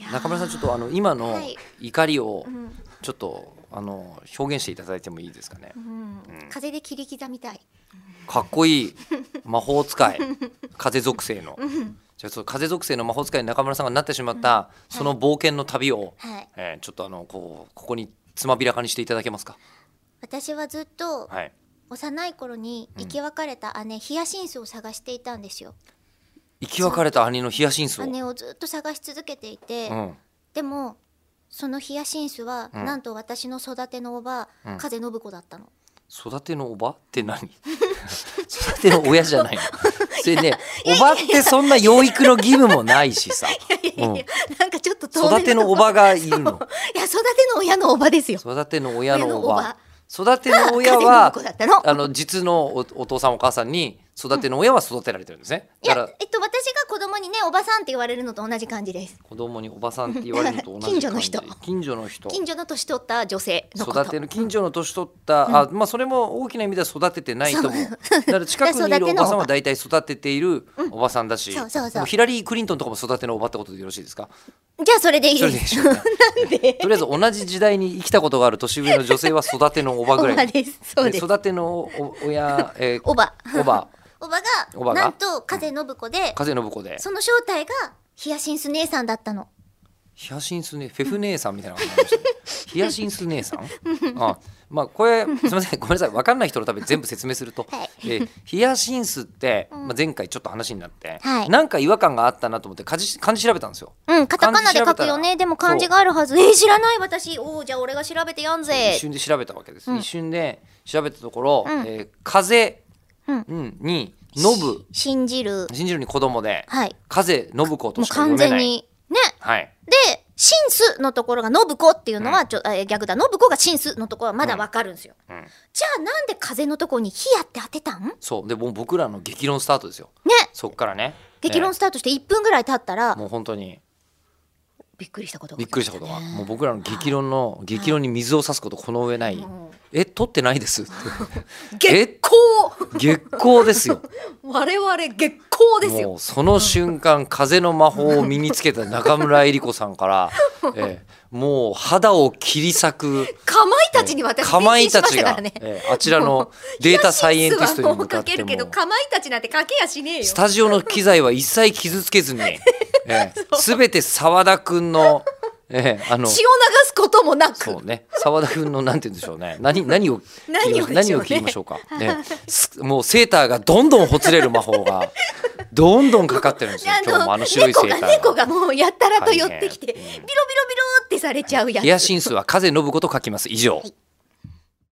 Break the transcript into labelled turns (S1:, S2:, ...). S1: やー
S2: 中村さんちょっとあの今の
S1: はい
S2: 怒りを
S1: うん
S2: ちょっとあの表現していただいてもいいですかね
S1: うん風で切り刻みたい
S2: かっこ いい魔法使い風属性のじゃあその風属性の魔法使いに中村さんがなってしまったその冒険の旅を、
S1: はい
S2: えーちょっとあのこうここにつまびらかにしていただけますか
S1: 私はずっと
S2: はい
S1: 幼い頃に生き別れた姉、ヒヤシンスを探していたんですよ
S2: 生き別れた兄のヒヤシンスを、
S1: 姉をずっと探し続けていて、
S2: うん、
S1: でもそのヒヤシンスは、
S2: うん
S1: なんと私の育てのおば、
S2: うん
S1: 風信子だったの
S2: 育てのおばって何 育ての親じゃないのそれね おばってそんな養育の義務もないしさうん
S1: なんかちょっと遠目
S2: 育てのおばがいるの
S1: いや育ての親のおばですよ
S2: 育ての親のおば
S1: 親
S2: 育ての 親は
S1: 風信子だったの
S2: あの実のおお父さんお母さんに育ての親は育てられてるんですね、
S1: い
S2: だ
S1: や
S2: から
S1: えっと私が子供にねおばさんって言われるのと同じ感じです
S2: 子供におばさんって言われるのと同じ
S1: 近所の人
S2: 感じ近所の人
S1: 近所の年取った女性のこと
S2: 育ての近所の年取った、あまあそれも大きな意味では育ててないと思うだから近くにいるおばさんは大体育てているおばさんだし、
S1: そうそうそう
S2: もヒラリー・クリントンとかも育てのおばってことでよろしいですか
S1: じゃあそれでいい
S2: そ
S1: で
S2: れでいいですしょうねとりあえず同じ時代に生きたことがある年上の女性は育てのおば
S1: お
S2: ぐら
S1: ば
S2: い
S1: ですそうです
S2: 育てのお親、えー
S1: おば
S2: おば
S1: おば
S2: お
S1: が
S2: ばが
S1: なんと風信子で
S2: 風信子で
S1: その正体がヒヤシンス姉さんだったの
S2: ヒヤシンスねフェフ姉さんみたいな感じになりま したねヒヤシンス姉さんあまあこれすみませんごめんなさい分かんない人のために全部説明すると、
S1: はい
S2: えーヒヤシンスって、
S1: ん
S2: まあ、前回ちょっと話になって、
S1: はい
S2: なんか違和感があったなと思って漢字漢字調べたんですよ。
S1: うんカタカナで書
S2: 漢字調
S1: くよ
S2: べたら
S1: ねでも漢字があるはずえー知らない私おーじゃあ俺が調べてやんぜ
S2: 一瞬で調べたわけです、
S1: うん
S2: 一瞬で調べたところ「
S1: うん
S2: えー風」
S1: うん
S2: うんに「信ぶ
S1: 信じる」
S2: 信じるに子供で
S1: はい
S2: 「風信子」
S1: も
S2: と
S1: う
S2: しか読
S1: 完
S2: め
S1: 全
S2: ない。
S1: にね
S2: はい、
S1: で「シンス」のところが「信子」っていうのはちょ、え逆だ「信子」が「シンス」のところはまだわかるんですよ、
S2: うん
S1: じゃあなんで風のとこに「ヒヤ」って当てたんね
S2: そうでもう僕らの激論スタートですよそっからね
S1: 激論
S2: え
S1: スタートして1分ぐらい経ったら
S2: ーもう本当に
S1: びっくりしたことが
S2: びっくりしたことが、もう
S1: う
S2: 僕らの激論の激論に水を差すことこの上ない、
S1: ん
S2: え取ってない ですって
S1: 月光
S2: 月光ですよ
S1: 我々月光 ですよ
S2: もうその瞬間風の魔法を身につけた中村江里子さん から、ええもう肌を切り裂く
S1: かまいたちに私
S2: かまいたち
S1: 変身しました
S2: が
S1: から、ね
S2: ええあちらのデータサイエンティストに向かっ
S1: い
S2: て
S1: やシンスはもうかけるけど
S2: も
S1: かまいたちなんてかけやしねえよ
S2: スタジオの機材は一切傷つけずに、ええ、全て澤田君の、ええ、あの
S1: 血を流すこともなく
S2: そうね、澤田君のなんて言うんでしょうね、何、何を、
S1: 何をでしょうね
S2: 何を切りましょうか。ね、すもうセーターがどんどんほつれる魔法が。どんどんかかってるんですよ、今日もあの白いセ
S1: 猫
S2: ーター
S1: が猫
S2: が。
S1: がもうやたらと寄ってきて、
S2: 大変うん
S1: ビロビロビロってされちゃうやつ
S2: ヒヤシンスは風信子と書きます、以上。